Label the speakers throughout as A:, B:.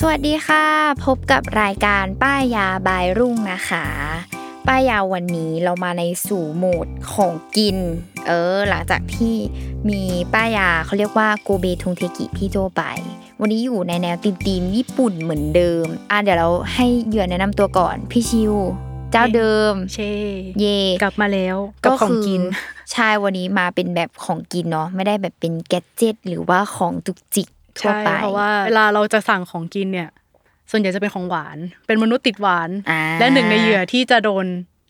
A: สวัสดีค่ะ พบกับรายการป้ายยาบายรุ่งนะคะ ป้ายยาวันนี้เรามาในสู่โหมดของกิน เออ หลังจากที่มีป้ายาเขาเรียกว่าโกเบทุงเทกิพี่โจไป วันนี้อยู่ในแนวตีมตีมญี่ปุ่นเหมือนเดิม อ่ะเดี๋ยวเราให้เหยื่อแนะนำตัวก่อน พี่ชิว เจ้าเดิม
B: เช่
A: เย่
B: กลับมาแล้วกับของกิน
A: ใช่วันนี้มาเป็นแบบของกินเนาะไม่ได้แบบเป็นแกดเจิตหรือว่าของจุกจิกทั่ว
B: ใช่
A: ไป
B: เพราะว่าเวลาเราจะสั่งของกินเนี่ย ส่วนใหญ่จะเป็นของหวาน เป็นมนุษย์ติดหวาน
A: อ่า
B: และหนึ่งในเหยื่อที่จะโดน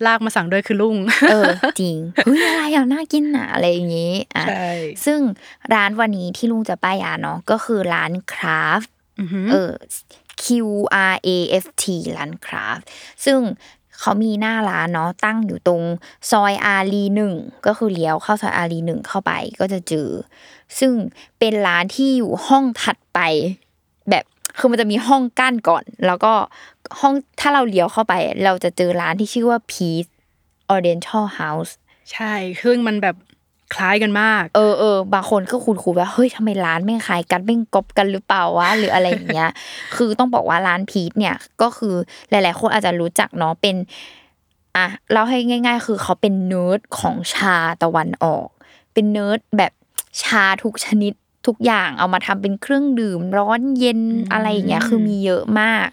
B: ลากมาสั่งด้วยคือลุง
A: เออ จริงเฮ้ยอะไรอ่ะน่ากินอ่ะ อะไรอย่างงี้อ่ะ
B: ใช่
A: ซึ่งร้านวันนี้ที่ลุงจะป้ายยาเนาะก็คือร้านคราฟ
B: อือหือ
A: เออ Q R A F T ร้านคราฟซึ่งเขามีหน้าร้านเนาะตั้งอยู่ตรงซอยอารีหนึ่งก็คือเลี้ยวเข้าซอยอารีหนึ่งเข้าไปก็จะเจอ ซึ่งเป็นร้านที่อยู่ห้องถัดไป แบบคือมันจะมีห้องกั้นก่อน แล้วก็ห้องถ้าเราเลี้ยวเข้าไป เราจะเจอร้านที่ชื่อว่า Peace Oriental House
B: ใช่ ซึ่งมันแบบคล้ายกันมาก
A: เออเออบางคนก็คุณครูว่าเฮ้ยทำไมร้านไม่ขายกันไม่งกบกันหรือเปล่าวะหรืออะไรอย่างเงี้ย คือต้องบอกว่าร้านพีทเนี่ยก็คือหลาย ๆ คนอาจจะรู้จักเนาะเป็นอ่ะเราให้ง่าย ๆ คือเขาเป็นเนิร์ดของชาตะวันออก เป็นเนิร์ดแบบชาทุกชนิดทุกอย่างเอามาทำเป็นเครื่องดื่มร้อนเย็น
B: อืม
A: อะไรอย่างเงี้ยคือมีเยอะมาก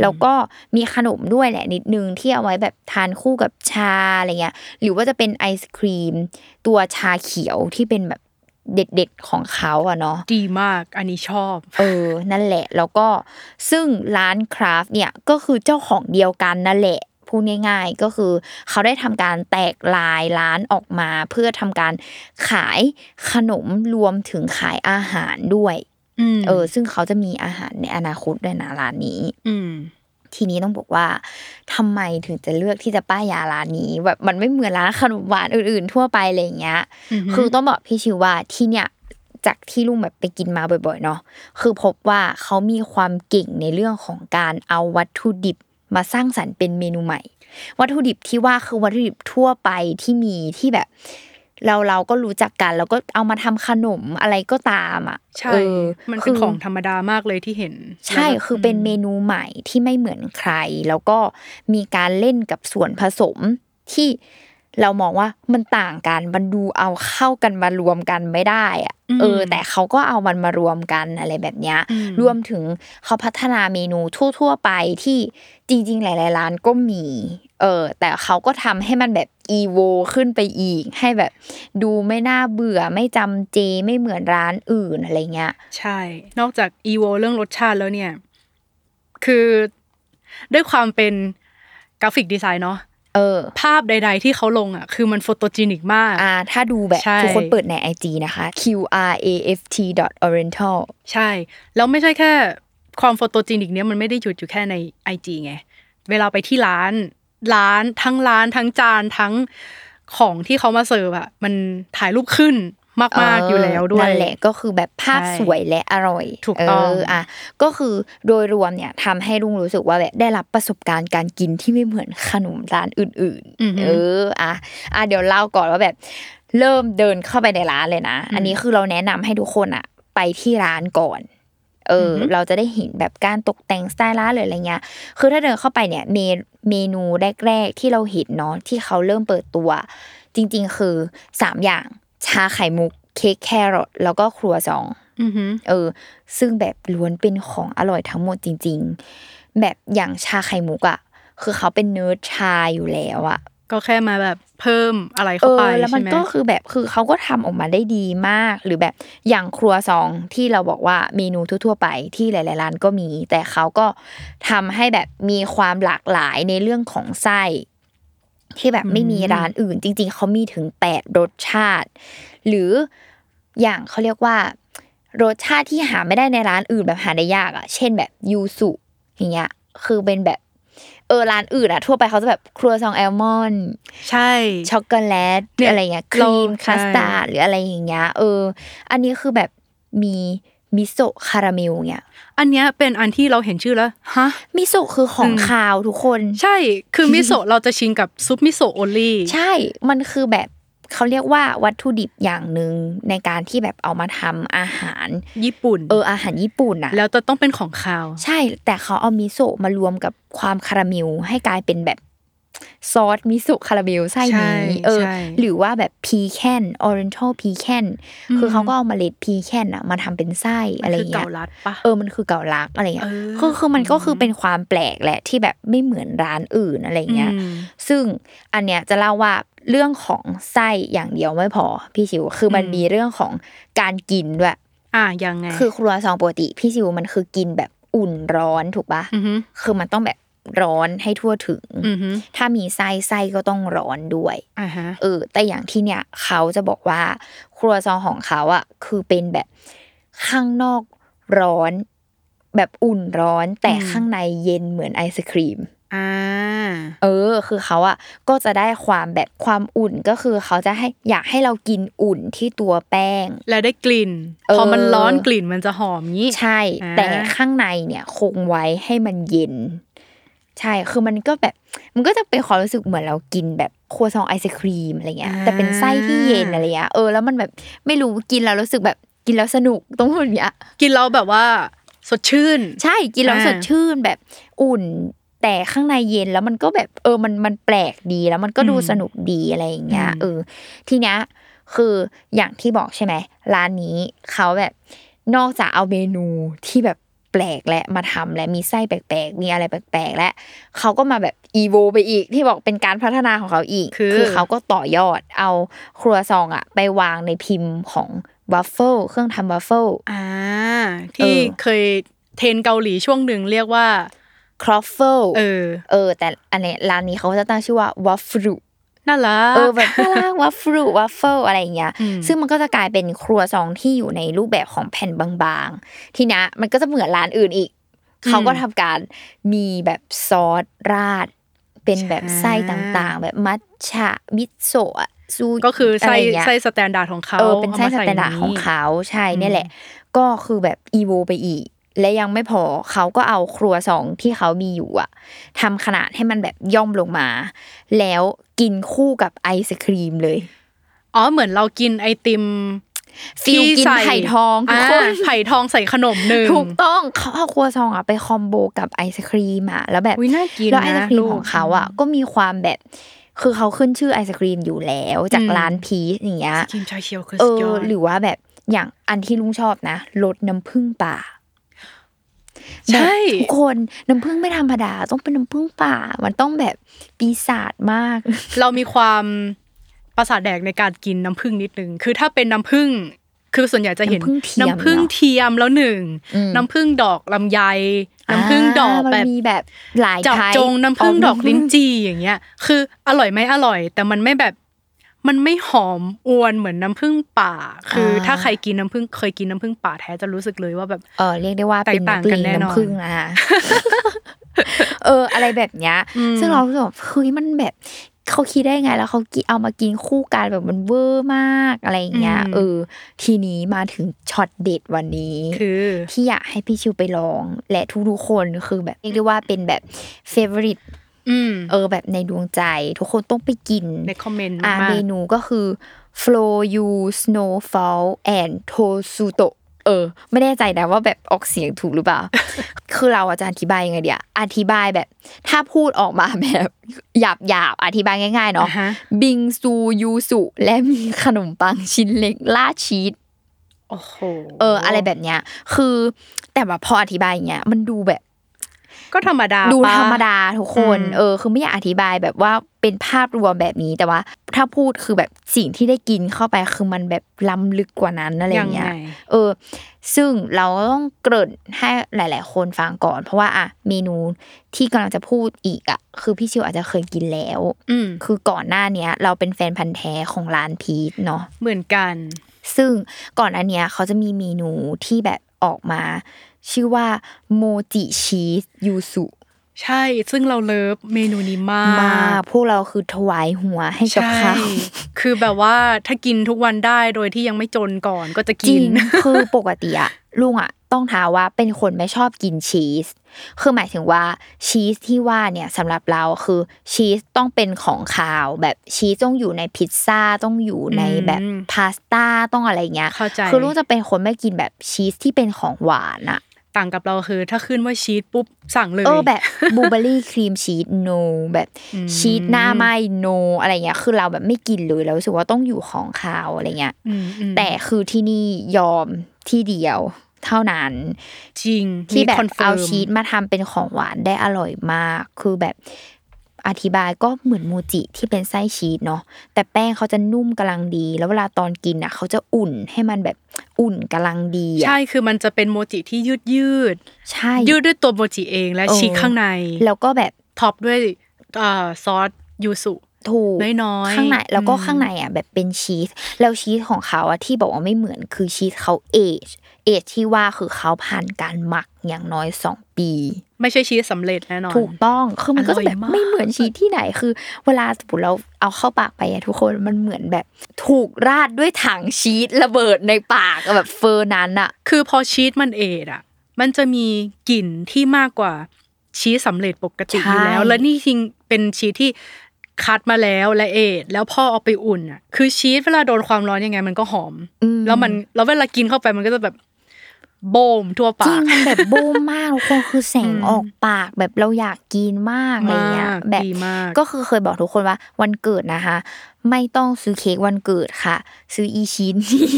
A: แล้วก็มีขนมด้วยแหละนิดนึงที่เอาไว้แบบทานคู่กับชาอะไรเงี้ย หรือว่าจะเป็นไอศครีม ตัวชาเขียวที่เป็นแบบเด็ดๆของเขาอะเนาะ
B: ดีมากอันนี้ชอบ
A: เออ นั่นแหละ แล้วก็ ซึ่งร้านคราฟต์เนี่ย ก็คือเจ้าของเดียวกันนั่นแหละ พูดง่ายๆ ก็คือ เขาได้ทำการแตกลายร้านออกมา เพื่อทำการขายขนมรวมถึงขายอาหารด้วย
B: อืม
A: เออ ซึ่งเขาจะมีอาหารในอนาคตด้วยนะร้านนี้
B: อืม
A: ทีนี้ต้องบอกว่าทำไมถึงจะเลือกที่จะป้ายยาร้านนี้แบบมันไม่เหมือนร้านขนมหวานอื่นๆ ทั่วไปอะไรอย่างเงี้ย คือต้องบอกพี่ชิวว่าที่เนี่ยจากที่ลุงแบบไปกินมาบ่อยๆเนาะคือพบว่าเขามีความเก่งในเรื่องของการเอาวัตถุดิบมาสร้างสรรค์เป็นเมนูใหม่ วัตถุดิบที่ว่าคือวัตถุดิบทั่วไปที่มีที่แบบ เราเราก็รู้จักกัน แล้วก็เอามาทำขนมอะไรก็ตามอ่ะ
B: ใช่
A: เออ
B: มันเป็น
A: คื
B: ของธรรมดามากเลยที่เห็น
A: ใช่
B: แล้วแบบ
A: คือเป็นเมนูใหม่ที่ไม่เหมือนใคร แล้วก็มีการเล่นกับส่วนผสมที่เรามองว่ามันต่างกันมันดูเอาเข้ากันมารวมกันไม่ได้อะเออ แต่เขาก็เอามันมารวมกันอะไรแบบเนี้ย
B: อืม
A: รวมถึงเขาพัฒนาเมนูทั่ว ๆ ไปที่จริง ๆ หลาย ๆ ร้านก็มี เออ แต่เขาก็ทำให้มันแบบอีโวขึ้นไปอีก ให้แบบดูไม่น่าเบื่อไม่จำเจไม่เหมือนร้านอื่นอะไรเงี้ย
B: ใช่ นอกจากอีโวเรื่องรสชาติแล้วเนี่ย คือด้วยความเป็นกราฟิกดีไซน์เนาะ
A: เออ
B: ภาพใด ๆ ที่เขาลงอ่ะ คือมันโฟโตจีนิกมาก
A: อ่าถ้าดูแบบ
B: ใช่
A: ทุกคนเปิดใน IG นะคะ q r a f t oriental
B: ใช่ แล้วไม่ใช่แค่ความโฟโตจีนิกเนี้ยมันไม่ได้หยุดอยู่แค่ใน IG ไง เวลาไปที่ร้าน ร้านทั้งร้านทั้งจานทั้งของที่เขามาเสิร์ฟอ่ะ มันถ่ายรูปขึ้นมาก ๆ อยู่แล้วด้วย
A: นั่นแหละก็คือแบบภาพ
B: ใช่
A: สวยและอร่อย
B: ถูกต้อง
A: เอ่ะก็คือโดยรวมเนี่ยทำให้ลุงรู้สึกว่าแบบได้รับประสบการณ์การกินที่ไม่เหมือนขนมร้านอื่น
B: อือ
A: ๆ
B: หื
A: เอ
B: อ
A: ออ่ะอ่ะเดี๋ยวเล่าก่อนว่าแบบเริ่มเดินเข้าไปในร้านเลยนะ อันนี้คือเราแนะนำให้ทุกคนอ่ะ ไปที่ร้านก่อน เอออ
B: อฮึ
A: เราจะได้เห็นแบบการตกแต่งสไตล์ร้านหรืออะไรเงี้ย คือถ้าเดินเข้าไปเนี่ยเมนเมนูแรกๆที่เราเห็นเนาะที่เขาเริ่มเปิดตัว จริงๆคือสามอย่างชาไข่มุกเค้กแครอทแล้วก็ครัวซอง
B: อือหือ
A: เออ ซึ่งแบบล้วนเป็นของอร่อยทั้งหมดจริง ๆ แบบอย่างชาไข่มุกอะคือเขาเป็นเนิร์ดชาอยู่แล้วอะ
B: ก็แค่มาแบบเพิ่มอะไร
A: เอ
B: เข้าไป
A: อ แล้วมัน
B: ใช่ไหม
A: ก็คือแบบคือเขาก็ทำออกมาได้ดีมาก หรือแบบอย่างครัวซองที่เราบอกว่าเมนูทั่วๆไปที่หลายๆร้านก็มี แต่เขาก็ทำให้แบบมีความหลากหลายในเรื่องของไส้ ที่แบบไม่มีร้านอื่น จริง ๆเขามีถึงแปดรสชาติ หรืออย่างเขาเรียกว่ารสชาติที่หาไม่ได้ในร้านอื่นแบบหาได้ยากอ่ะ เช่นแบบยูสุอย่างเงี้ยคือเป็นแบบเออร้านอื่นอ่ะ ทั่วไปเขาจะแบบครัวซองแอลมอนด์
B: ใช่
A: ช็อกโกแลต
B: เนี่ย
A: อะไรเงี้ยค
B: เรา
A: รีม
B: ใช่
A: คัสตาร์ดหรืออะไรอย่างเงี้ยเออ อันนี้คือแบบมีมิโซะคาราเมลเงี้ย
B: อันเนี้ยเป็นอันที่เราเห็นชื่อแล้วฮะ
A: มิโซะคือของ
B: อืม
A: คาวทุกคน
B: ใช่คือมิ โซะเราจะชินกับซุปมิโซะโอลี่
A: ใช่ มันคือแบบเขาเรียกว่าวัตถุดิบอย่างหนึ่งในการที่แบบเอามาทำอาหาร
B: ญี่ปุ่น
A: เอออาหารญี่ปุ่นอะ
B: แล้วจะต้องเป็นของคาว
A: ใช่แต่เขาเอามิโซะมารวมกับความคาราเมลให้กลายเป็นแบบซอสมิโซะคาราเมลไส้นี้เออ
B: ใช่
A: หรือว่าแบบพีแคนออเรนทัลพีแคน
B: อืม
A: คือเขาก็เอาเมาเล็ดพีแคนอะมาทำเป็นไส้อะไรอ
B: มันคื
A: ย่าง
B: เก่า
A: เงี้ย
B: รัดปะ
A: เออมันคือเก่าลักอะไรเงี้ย
B: เออ
A: คือคือมันก็คือเป็นความแปลกแหละที่แบบไม่เหมือนร้านอื่นอะไรเงี้ย
B: อืม
A: ซึ่งอันเนี้ยจะเล่าว่าเรื่องของไส้อย่างเดียวไม่พอพี่ชิว คือมัน
B: อืม
A: มีเรื่องของการกินด้วย
B: อ่ะยังไง
A: คือครัวซองปกติพี่ชิวมันคือกินแบบอุ่นร้อนถูกปะ
B: อหือ
A: คือมันต้องแบบร้อนให้ทั่วถึง
B: อือหือ
A: ถ้ามีไส้ไส้ก็ต้องร้อนด้วย
B: อ่าฮะ
A: เออ แต่อย่างที่เนี่ยเขาจะบอกว่า ครัวซองของเขาอ่ะคือเป็นแบบข้างนอกร้อน แบบอุ่นร้อน แต่
B: อืม
A: ข้างในเย็นเหมือนไอศครีม
B: อ่า
A: เออ คือเขาอะก็จะได้ความแบบความอุ่นก็คือเขาจะให้อยากให้เรากินอุ่นที่ตัวแป้ง
B: แล้วได้กลิ่น
A: เออ
B: พอมันร้อนกลิ่นมันจะหอมงี้
A: ใช่
B: อ่า
A: แต่ข้างในเนี่ยคงไว้ให้มันเย็น ใช่ คือมันก็แบบ มันก็จะเป็นความรู้สึกเหมือนเรากินแบบครัวซองไอศครีมอะไรเงี้ย แต่เป็นไส้ที่เย็นอะไรเงี้ย เออ แล้วมันแบบไม่รู้กินแล้วรู้สึกแบบกินแล้วสนุกตรงพูดอย่างเงี้ย
B: กินแล้วแบบว่า สดชื่น
A: ใช่กินแล้ว
B: อ่า
A: สดชื่นแบบอุ่น แต่ข้างในเย็นแล้วมันก็แบบเออมันมันแปลกดีแล้วมันก็ดูสนุกดีอะไรอย่างเงี้ยเออทีเนี้ยคืออย่างที่บอกใช่ไหมร้านนี้เขาแบบนอกจากเอาเมนูที่แบบแปลกและมาทำและมีไส้แปลกๆ มีอะไรแปลกๆและเขาก็มาแบบอีโวไปอีกที่บอกเป็นการพัฒนาของเขาอีก
B: คือ
A: เขาก็ต่อยอดเอาครัวซองอะไปวางในพิมพ์ของวัฟเฟิลเครื่องทำวัฟเฟิล
B: อ่า
A: เออ
B: ที่เคยเทรนเกาหลีช่วงหนึ่งเรียกว่า
A: ครอฟเฟิล
B: เออ
A: เออแต่อันเนี้ยร้านนี้เขาก็จะตั้งชื่อว่าวัฟรุ
B: น่ารัก
A: เออแบบน่ารักวัฟรุวัฟเฟิลอะไรอย่างเงี้ย
B: อืม
A: ซึ่งมันก็จะกลายเป็นครัวซองที่อยู่ในรูปแบบของแผ่นบางๆ ทีเนี้ยมันก็จะเหมือนร้านอื่นอีก เขาก็ทำการมีแบบซอสราด เป็นแบบไส้ต่างๆ แบบมัทฉะมิโซะซู
B: ก็คือไส้
A: ะรย่างเงี้ย
B: ไส้สแตนดาร์ดของเขา
A: เออเป็นไส้
B: อม
A: ส
B: ใ
A: แตนดาร์ด
B: นี้
A: ของเขาใช่
B: อืม
A: เนี่ยแหละ ก็คือแบบอีโวไปอีก และยังไม่พอเขาก็เอาครัวซองที่เขามีอยู่อะทำขนาดให้มันแบบย่อมลงมา แล้วกินคู่กับไอศครีมเลย
B: อ๋อเหมือนเรากินไอติม
A: ฟิลกิน
B: ใส่
A: ไผ่ทองทุก
B: า
A: คน
B: ไผ่ทองใส่ขนมหนึ่ง
A: ถูกต้องเขาเอาครัวซองอะไปคอมโบกับไอศครีมอะแล้วแบบ
B: อุ๊ยน่ากิน
A: แล้วไอศ
B: นะ
A: ครีม
B: ลูก
A: ของเขาอะก็มีความแบบ คือเขาขึ้นชื่อไอศครีมอยู่แล้ว จาก
B: อืม
A: ร้านพีชอย่างเงี้ย
B: กินชาเขียวคือ
A: เอ
B: สุดย
A: อ
B: อด
A: หรือว่าแบบอย่างอันที่ลุงชอบนะรสน้ำผึ้งป่าแบ
B: ใช่
A: บทุกคนน้ำผึ้งไม่ธรรมดาต้องเป็นน้ำผึ้งป่า มันต้องแบบปีศาจมาก
B: เรามีความประสาทแดกในการกินน้ำผึ้งนิดนึง คือถ้าเป็นน้ำผึ้ง คือส่วนใหญ่จะเห็น
A: น้ำ
B: น้ำ
A: ผึ้
B: ผึ้
A: ง
B: ง
A: เที
B: เที
A: ย
B: ย
A: ม
B: ม
A: เหรอ
B: แล้วหนึ่ง
A: อืม
B: น้ำผึ้งดอกลำไย น้ำผึ้งดอก
A: า
B: แบ
A: มัน
B: บ
A: มีแบบหลาย
B: เจับ
A: ไทย
B: จงน้ำผึ้ง
A: เา
B: ดอกลิ้นจี่อย่างเงี้ย คืออร่อยไหมอร่อย แต่มันไม่แบบ มันไม่หอมอวนเหมือนน้ำผึ้งป่า คืออา ถ้าใครกินน้ำผึ้งเคยกินน้ำผึ้งป่าแท้จะรู้สึกเลยว่าแบบ
A: เออเรียกได้ว่าเป็น
B: แตกต่าง
A: ก
B: กั
A: ลี
B: น
A: น
B: แน่นอน
A: น้ำผึ้งอะ เออ อะไรแบบเนี้ย
B: อืม
A: ซึ่งเรารู้สึกว่าเฮ้ยมันแบบเขาคิดได้ไงแล้วเขากินเอามากินคู่กันแบบมันเวอร์มากอะไรอย่างเงี้ยเออ ทีนี้มาถึงช็อตเด็ดวันนี้
B: คือ
A: ที่อยากให้พี่ชิวไปลอง และทุกๆคนคือแบบเรียกได้ว่าเป็นแบบเฟเวอริต
B: อืม
A: เออแบบในดวงใจ ทุกคนต้องไปกิน
B: ในคอมเมนต์
A: อ่าม
B: าก
A: เมนูก็คือ flow you snowfall and tosuto เ เออ ไม่แน่ใจนะว่าแบบออกเสียงถูกหรือเปล่า คือเราอาจจะอธิบายยังไงเดียอธิบายแบบ ถ้าพูดออกมาแบบหยาบหยาบๆอธิบายง่ายๆเนาะ
B: อ่าฮะ
A: บิงซูยูสุและมีขนมปังชิ้นเล็กล่าดชีส
B: โอ้โห
A: เอออะไรแบบเนี้ยคือแต่ว่าพออธิบายอย่างเงี้ยมันดูแบบ
B: ก็ธรรมดา
A: ดู
B: ปะ
A: ธรรมดาทุกคน
B: อืม
A: เออ คือไม่อยากอธิบายแบบว่าเป็นภาพรวมแบบนี้แต่ว่า ถ้าพูดคือแบบสิ่งที่ได้กินเข้าไปคือมันแบบล้ำลึกกว่านั้นอะไรอย่างเงี้ย
B: ไ
A: เออ ซึ่งเราก็ต้องเกริ่นให้หลาย ๆ คนฟังก่อน เพราะว่าอ่ะเมนูที่กำลังจะพูดอีกอ่ะคือพี่ชิวอาจจะเคยกินแล้ว
B: อืม
A: คือก่อนหน้าเนี้ย เราเป็นแฟนพันธ์แท้ของร้านพีทเนาะ
B: เหมือนกัน
A: ซึ่งก่อนอันเนี้ยเขาจะมีเมนูที่แบบออกมา ชื่อว่าโมจิชีสยูสุ
B: ใช่ซึ่งเราเลิฟเมนูนี้มาม
A: าก กพวกเราคือถวายหัวให้กับ
B: ใช่
A: เขา
B: คือแบบว่าถ้ากินทุกวันได้โดยที่ยังไม่จนก่อนก็จะ
A: จ
B: กิ
A: ริ
B: น
A: ง คือปกติอะ ลุงอะต้องท้าว่าเป็นคนไม่ชอบกินชีส คือหมายถึงว่าชีสที่ว่าเนี่ยสำหรับเราคือชีสต้องเป็นของคาว แบบชีสต้องอยู่ในพิซซ่าต้องอยู่ในแบบ
B: อืม
A: พาสต้าต้องอะไรเงี้ย
B: เข้าใจ
A: คือลุงจะเป็นคนไม่กินแบบชีสที่เป็นของหวานอะ
B: ต่างกับเราคือ ถ้าขึ้นว่าชีสปุ๊บสั่งเลย
A: เออแบบบูเบอรี่ครีมชีสโนแบบชีสหน้าไหมโนอะไรเงี้ยคือเราแบบไม่กินเลยเรารู้สึกว่าต้องอยู่ของคาวอะไรเงี้ย
B: อืมอืม
A: แต่คือที่นี่ยอมที่เดียวเท่านั้น
B: จริง
A: ที่แบบ
B: มี confirm
A: เอาชีสมาทำเป็นของหวานได้อร่อยมาก คือแบบอธิบายก็เหมือนมูจิที่เป็นไส้ชีสเนาะแต่แป้งเขาจะนุ่มกำลังดี แล้วเวลาตอนกินอ่ะเขาจะอุ่นให้มันแบบอุ่นกำลังดีอะ
B: ใช่คือมันจะเป็นโมจิที่ยืดยืด
A: ใช่
B: ยืดด้วยตัวโมจิเองและชีสข้างใน
A: แล้วก็แบบ
B: ท็อปด้วยเอ่อซอสยูสุ
A: ถูก
B: น้อยๆ
A: ข้างในแล้วก็
B: อืม
A: ข้างในอ่ะแบบเป็นชีสแล้วชีสของเขาอ่ะที่บอกว่าไม่เหมือนคือชีสเขาเอจเอจที่ว่าคือเขาผ่านการหมักอย่างน้อยสองปี
B: ไม่ใช่ชีสสำเร็จแน่นอน
A: ถูกต้องคือมันก็จะแบบ
B: อร่อยมาก
A: ไม่เหมือนชีสที่ไหนคือ เวลาสมมติเราเอาเข้าปากไปอะทุกคนมันเหมือนแบบ ถูกราดด้วยถังชีสระเบิดในปากอะแบบเฟอร์นั้นอ่ะ
B: คือพอชีสมันเอดอ่ะ มันจะมีกลิ่นที่มากกว่าชีสสำเร็จปกติ
A: ใช่
B: อยู่แล้ว และนี่จริงเป็นชีสที่คัดมาแล้วและเอดแล้วพ่อเอาไปอุ่นอ่ะ คือชีสเวลาโดนความร้อนยังไงมันก็หอม
A: อืม
B: แล้วมันแล้วเวลากินเข้าไปมันก็จะแบบโบมทั่วปา
A: จริ
B: ก
A: งมันแบบบูมมากทุกคนคือแสงออกปากแบบเราอยากกินมากอะไรเงี้ย
B: มาก
A: แบบ
B: ดีมาก
A: ก็คือเคยบอกทุกคนว่าวันเกิดนะคะ ไม่ต้องซื้อเค้กวันเกิดค่ะ ซื้ออีชิ้นนี่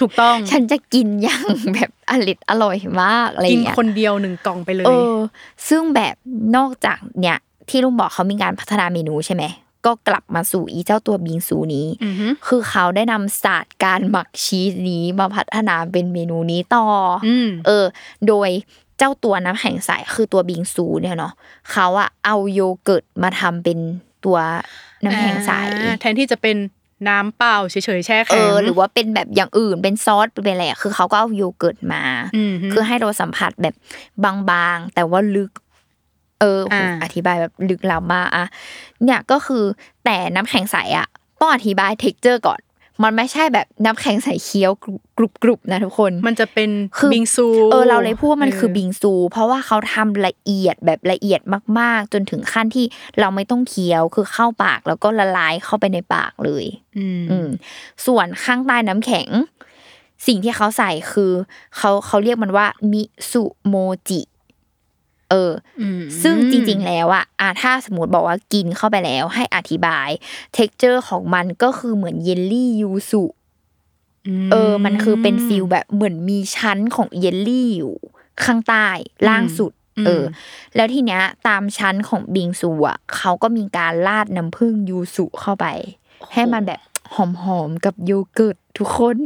B: ถูกต้อง
A: ฉันจะกินอย่างแบบอริดอร่อยมากอะไร
B: กิน
A: เงี้ย
B: คนเดียวหนึ่งกล่องไปเล
A: เอย อ ซึ่งแบบนอกจากเนี่ยที่ลุงบอกเขามีการพัฒนาเมนูใช่ไหมก็กลับมาสู่อีเจ้าตัวบิงซูนี้
B: อือฮึ
A: คือเขาได้นำศาสตร์การหมักชีสนี้มาพัฒนาเป็นเมนูนี้ต่ออ
B: อืม
A: เออ โดยเจ้าตัวน้ำแข็งใสคือตัวบิงซูเนี่ยเนาะเขาอะเอาโยเกิร์ตมาทำเป็นตัวน้ำแข็งใส
B: อ่าแทนที่จะเป็นน้ำเปล่าเฉยๆแช่
A: เอ
B: แข็ง
A: อ หรือว่าเป็นแบบอย่างอื่นเป็นซอสเป็นอะไรอะคือเขาก็เอาโยเกิร์ตมา
B: ม
A: คือให้เราสัมผัสแบบบางๆ แต่ว่าลึก เออโห
B: อ่า
A: อธิบายแบบลึกล้ำมากอะเนี่ยก็คือแต่น้ำแข็งใสอะต้องอธิบายเท็กเจอร์ก่อน มันไม่ใช่แบบน้ำแข็งใสเคี้ยวกรุบกรุบๆนะทุกคน
B: มันจะเป็น
A: คือ
B: บิงซู
A: เออเราเลยพูดว่ามันคือ
B: เ
A: บิงซู เพราะว่าเขาทำละเอียดแบบละเอียดมากๆ จนถึงขั้นที่เราไม่ต้องเคี้ยวคือเข้าปากแล้วก็ละลายเข้าไปในปากเลย
B: อืม
A: อืมส่วนข้างใต้น้ำแข็ง สิ่งที่เขาใส่คือเขาเขาเรียกมันว่ามิสุโมจิเออ
B: อืม
A: ซึ่งจริงๆ แล้วอะอ่ะถ้าสมมติบอกว่ากินเข้าไปแล้วให้อธิบาย เท็กเจอร์ของมันก็คือเหมือนเยลลี่ยูสุ
B: ม
A: เออ มันคือเป็นฟิลแบบเหมือนมีชั้นของเยลลี่อยู่ ข้างใต้ล่างสุด เออ แล้วทีเนี้ยตามชั้นของบิงซูอ่ะเขาก็มีการราดน้ำผึ้งยูสุเข้าไป ให้มันแบบหอมๆ กับโยเกิร์ตทุกคน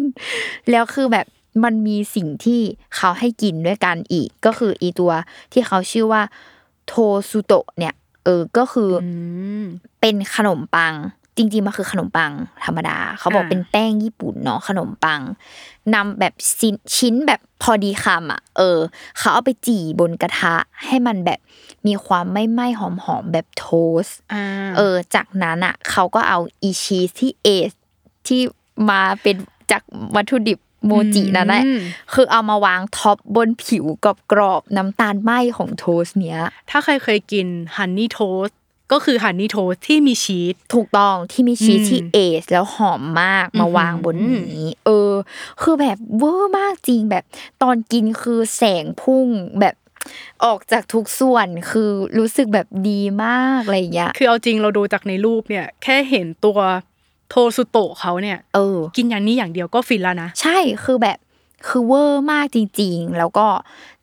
A: แล้วคือแบบมันมีสิ่งที่เขาให้กินด้วยกันอีก ก็คืออีตัวที่เขาชื่อว่าโทซุโตะเนี่ย เออ ก็คืออ
B: อืม
A: เป็นขนมปังจริงๆมันคือขนมปังธรรมดา เขาบอก
B: อ่า
A: เป็นแป้งญี่ปุ่นเนาะขนมปังนำแบบชิ้นชิ้นแบบพอดีคำอ่ะ เออ เขาเอาไปจี่บนกระทะ ให้มันแบบมีความไม่ไหม้หอมๆ แบบโทสต์
B: อ่า
A: เออ จากนั้นอ่ะ เขาก็เอาอีชีสที่เอสที่มาเป็นจากวัตถุดิบโมจินั่นแหละ
B: อืม
A: คือเอามาวางท็อปบนผิวกรอบๆน้ำตาลไหมของโทสต์เนี้ย
B: ถ้าใครเคยกินฮันนี่โทส ก็คือฮันนี่โทสที่มีชีส
A: ถูกต้องที่มีชีส
B: อืม
A: ที่เอสแล้วหอมมากมาวางบนนี้ เออ คือแบบเวอร์มากจริงแบบ ตอนกินคือแสงพุ่งแบบออกจากทุกส่วนคือรู้สึกแบบดีมากอะไรอย่างเงี้ย
B: คือเอาจริงเราดูจากในรูปเนี่ย แค่เห็นตัวโทสุโตะเขาเนี่ย
A: เออ
B: กินอย่างนี้อย่างเดียวก็ฟินแล้วนะ
A: ใช่คือแบบคือเวอร์มากจริง ๆ แล้วก็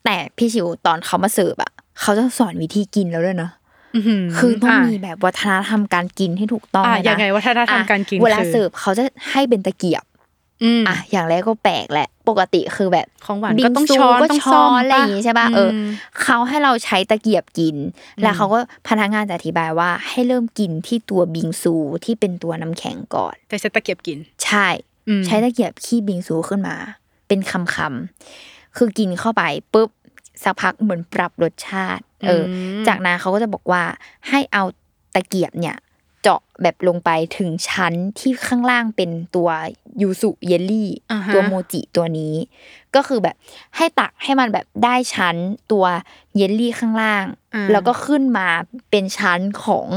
A: แต่พี่ชิวตอนเขามาเสิร์ฟอ่ะเขาจะสอนวิธีกินแล้วด้วยเนอะ
B: อื้อหื
A: คือต้องมี
B: ะ
A: แบบวัฒนธรรมการกินให้ถูกต้อง
B: อ่ะ
A: เลนะ
B: ยังไงวัฒนธรรมการกิน
A: อ่ะเวลา
B: คือ
A: เสิร์ฟเขาจะให้เป็นตะเกียบ
B: อืม
A: อ่ะอย่างแรกก็แปลกแหละปกติคือแบบ
B: ของหวาน
A: บิ
B: ก็ต้อง
A: ซู
B: ช้อน
A: ก็
B: ต้อง
A: ช้
B: ซ่
A: อ
B: อน ม
A: อะไรอย่างงี้ใช่ป่ะเอออเขาให้เราใช้ตะเกียบกิน แล้วเขาก็พนักงานจะอธิบายว่าให้เริ่มกินที่ตัวบิงซูที่เป็นตัวน้ำแข็งก่อน
B: แต่ใช้ตะเกียบกิน
A: ใช่
B: อืม
A: ใช้ตะเกียบขี้บิงซูขึ้นมา เป็นคำคำๆคือกินเข้าไปปุ๊บสักพักเหมือนปรับรสชาติ เอออจากนั้นเขาก็จะบอกว่าให้เอาตะเกียบเนี่ย เจาะแบบลงไปถึงชั้นที่ข้างล่างเป็นตัวยูสุเยลลี่
B: อ่าฮะ
A: ตัวโมจิตัวนี้ ก็คือแบบให้ตักให้มันแบบได้ชั้นตัวเยลลี่ข้างล่าง
B: อ่า
A: แล้วก็ขึ้นมาเป็นชั้นของ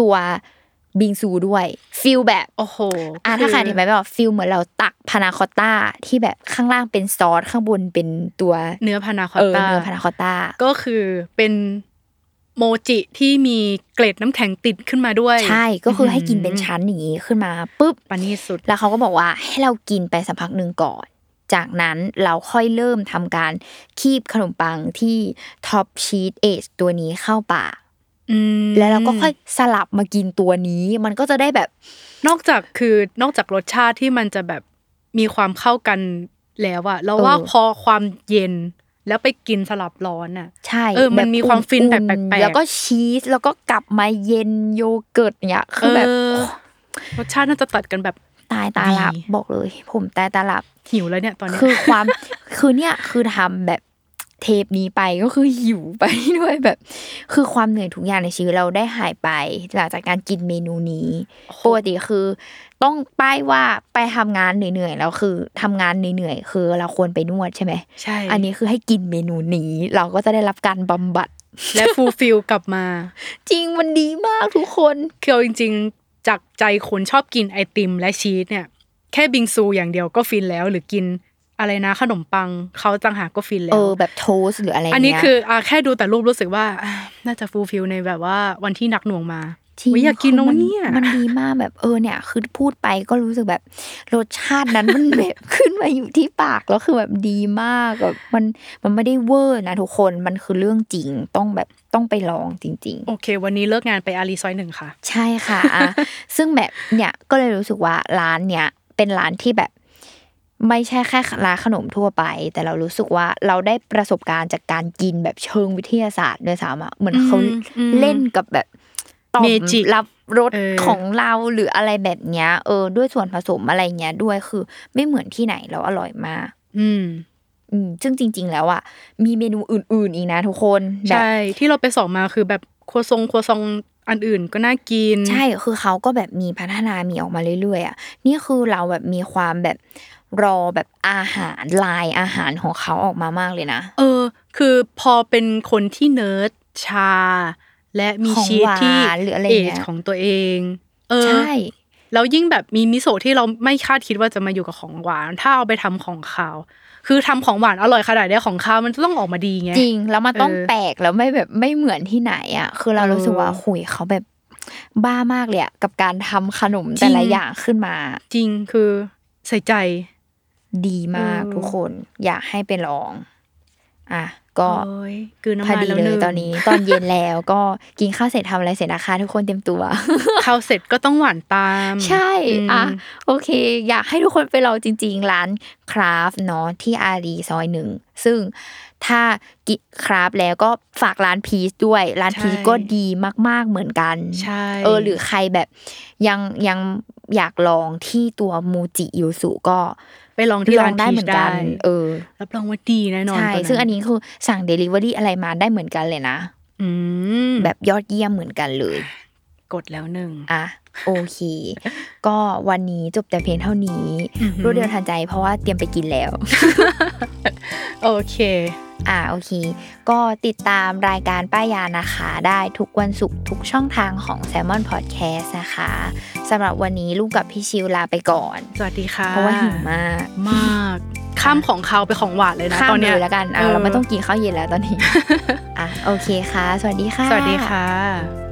A: ตัวบิงซูด้วยฟิลแบบ
B: โอ้โห
A: อ่ะถ้าใครอ
B: อ
A: ธิบายไม่ออกฟิลเหมือนเราตักพานาคอตต้าที่แบบข้างล่างเป็นซอสข้างบนเป็นตัว
B: เนื้อพานาคอ
A: เออ
B: ตตา
A: เนื้อพานาคอตต้า
B: ก็คือเป็นโมจิที่มีเกล็ดน้ำแข็งติดขึ้นมาด้วย
A: ใช่ก็คือให้กินเป็นชั้นอย่างนี้ขึ้นมาปุ๊บ
B: ปานีตสุด
A: แล้วเขาก็บอกว่าให้เรากินไปสักพักหนึ่งก่อน จากนั้นเราค่อยเริ่มทำการคีบขนมปังที่ท็อปชีสเอชตัวนี้เข้าปาก
B: อืม
A: แล้วเราก็ค่อยสลับมากินตัวนี้ มันก็จะได้แบบ
B: นอกจากคือนอกจากรสชาติที่มันจะแบบมีความเข้ากันแล้วอะเราว่า
A: เออ
B: พอความเย็นแล้วไปกินสลับร้อนอะ
A: ใช่
B: เออมันมีความฟินแบบแปลกๆ
A: แล้วก็ชีสแล้วก็กลับมาเย็นโยเกิร์ตเนี่ยคือแบบ
B: เอรสชาติน่าจะตัดกันแบบ
A: ตายตาหลับ
B: ดี
A: บอกเลย ผมตายตาหลับ
B: หิวแล้วเนี่ยตอนเนี้ย
A: คือความ คือเนี่ยคือทำแบบเทปนี้ไปก็คือหิวไปด้วยแบบ คือความเหนื่อยทุกอย่างในชีวิตเราได้หายไป หลังจากการกินเมนูนี้ปกติคือ ต้องป้ายว่าไปทำงานเหนื่อยๆแล้วคือทำงานเหนื่อยๆคือเราควรไปนวดใช่ไหม
B: ใช่
A: อันนี้คือให้กินเมนูนี้ เราก็จะได้รับการบำบัด
B: และฟูลฟิลกลับมา
A: จริงมันดีมากทุกคน
B: คือเอาจริง ๆ จากใจคนชอบกินไอติมและชีสเนี่ย แค่บิงซูอย่างเดียวก็ฟินแล้ว หรือกินอะไรนะขนมปังเขาต่างหากก็ฟินแล้
A: เอ
B: ว
A: อแบบโทสต์หรืออะไร
B: อันนี้
A: เงี้ย
B: คืออ่ะแค่ดูแต่รูปรู้สึกว่า อ่ะน่าจะฟูลฟิลในแบบว่าวันที่หนักหน่วงมา
A: จริง
B: อุ๊ยอยากกิน
A: คื
B: น้อง
A: มั
B: เนี่ย
A: มันดีมากแบบเออเนี่ย คือพูดไปก็รู้สึกแบบรสชาตินั้นมัน แบบขึ้นมาอยู่ที่ปากแล้วคือแบบดีมากแบบมันมันไม่ได้เวอร์นะทุกคนมันคือเรื่องจริงต้องแบบต้องไปลองจริง
B: โอเค วันนี้เลิกงานไปอารีซอยหนึ่งค่ะ
A: ๆ ใช่ค่ะอ่ะ ซึ่งแบบเนี่ยก็เลยรู้สึกว่าร้านเนี่ยเป็นร้านที่แบบ ไม่ใช่แค่ร้านขนมทั่วไป แต่เรารู้สึกว่าเราได้ประสบการณ์จากการกินแบบเชิงวิทยาศาสตร์ด้วยซ้ำอ่ะเหมือนเขา
B: อืมอืม
A: เล่นกับแบบต่อม
B: Magic
A: รับรส
B: เออ
A: ของเราหรืออะไรแบบเนี้ยเออ ด้วยส่วนผสมอะไรเงี้ยด้วยคือไม่เหมือนที่ไหนแล้วอร่อยมาก
B: อืม
A: อืมซึ่งจริง ๆ แล้วอ่ะมีเมนูอื่น ๆ อีกนะทุกคนแบบ
B: ใช่ที่เราไปสอบมาคือแบบครัวซองครัวซองอันอื่นก็น่ากิน
A: ใช่คือเขาก็แบบมีพัฒนามีออกมาเรื่อยๆอ่ะนี่คือเราแบบมีความแบบรอแบบอาหารลายอาหารของเขาออกมามากเลยนะ
B: เออ คือพอเป็นคนที่เนิร์ดชา และมี
A: ของ
B: ชี
A: ห
B: ส
A: วาน
B: ที่
A: หรืออะไร
B: เอ
A: เงี้
B: ท
A: ย
B: ของตัวเอง เออ
A: ใช่
B: แล้วยิ่งแบบมีมิโซะที่เราไม่คาดคิดว่าจะมาอยู่กับของหวาน ถ้าเอาไปทำของคาว คือทำของหวานอร่อยขนาดได้ของคาวมันจะต้องออกมาดีไง
A: จริงแล้วมันต้อง
B: เออ
A: แปลกแล้วไม่แบบไม่เหมือนที่ไหนอ่ะคือเรา
B: เออ
A: รู้สึกว่าคุยเขาแบบบ้ามากเลยอะกับการทำขนม
B: จริ
A: แต่
B: ง
A: ละอย่างขึ้นมา
B: จริงคือใส่ใจ
A: ดีมาก
B: เออ
A: ทุกคนอยากให้ไปลอง อ่ะก็
B: โอ้ยคือน้ำ
A: พอ
B: มัน
A: ดี
B: แล้ว
A: เลย
B: หนึ่ง
A: ตอน นี้ ตอนเย็นแล้วก็กินข้าวเสร็จทำอะไรเสร็จนะคะ ทุกคนเตรียมตัว
B: ข้าวเสร็จก็ต้องหวานตาม
A: ใช่
B: ม
A: อ่ะ โอเค อยากให้ทุกคนไปลองจริง ๆ ร้านคราฟเนาะที่อารีซอยหนึ่ง ซึ่งถ้ากิคราฟแล้วก็ฝากร้านพีชด้วย ร้านพีชก็ดีมาก ๆ เหมือนกัน
B: ใช่
A: เออ หรือใครแบบยังยังอยากลองที่ตัวมูจิยูสุก็
B: ไปลองที่
A: ลอ
B: ร้าง น
A: ได้
B: พี
A: เห
B: ช
A: มือน
B: ได้
A: กัน เออ
B: รับรองว่าดีแน่นอน
A: ใช่
B: ตัว
A: ซึ่งอันนี้คือสั่งเดลิเวอรี่อะไรมาได้เหมือนกันเลยนะ
B: อืม
A: แบบยอดเยี่ยมเหมือนกันเลย
B: กดแล้วหนึ่ง
A: อ่ะ โอ เค ก็วันนี้จบแต่เพียงเท่านี้
B: อือหือ
A: รวดเดียวทันใจเพราะว่าเตรียมไปกินแล้ว
B: โอเค
A: อ่าโอเค ก็ติดตามรายการป้ายยานะคะ ได้ทุกวันศุกร์ทุกช่องทางของ s ซ l m o n Podcast นะคะสำหรับวันนี้ลูกกับพี่ชิวลาไปก่อน
B: สวัสดีค่ะ
A: เพราะว่าหิวมาก
B: มาก ข้ามของเขาวไปของหวานเลยนะ
A: ข้าม
B: ตอนเนี้ย
A: เลยแล้ว กันอ่ะเราไม่ต้องกินข้าวเย็นแล้วตอนนี้ อ่ะโอเคค่ะ สวัสดีค่ะ
B: สวัสดีค่ะ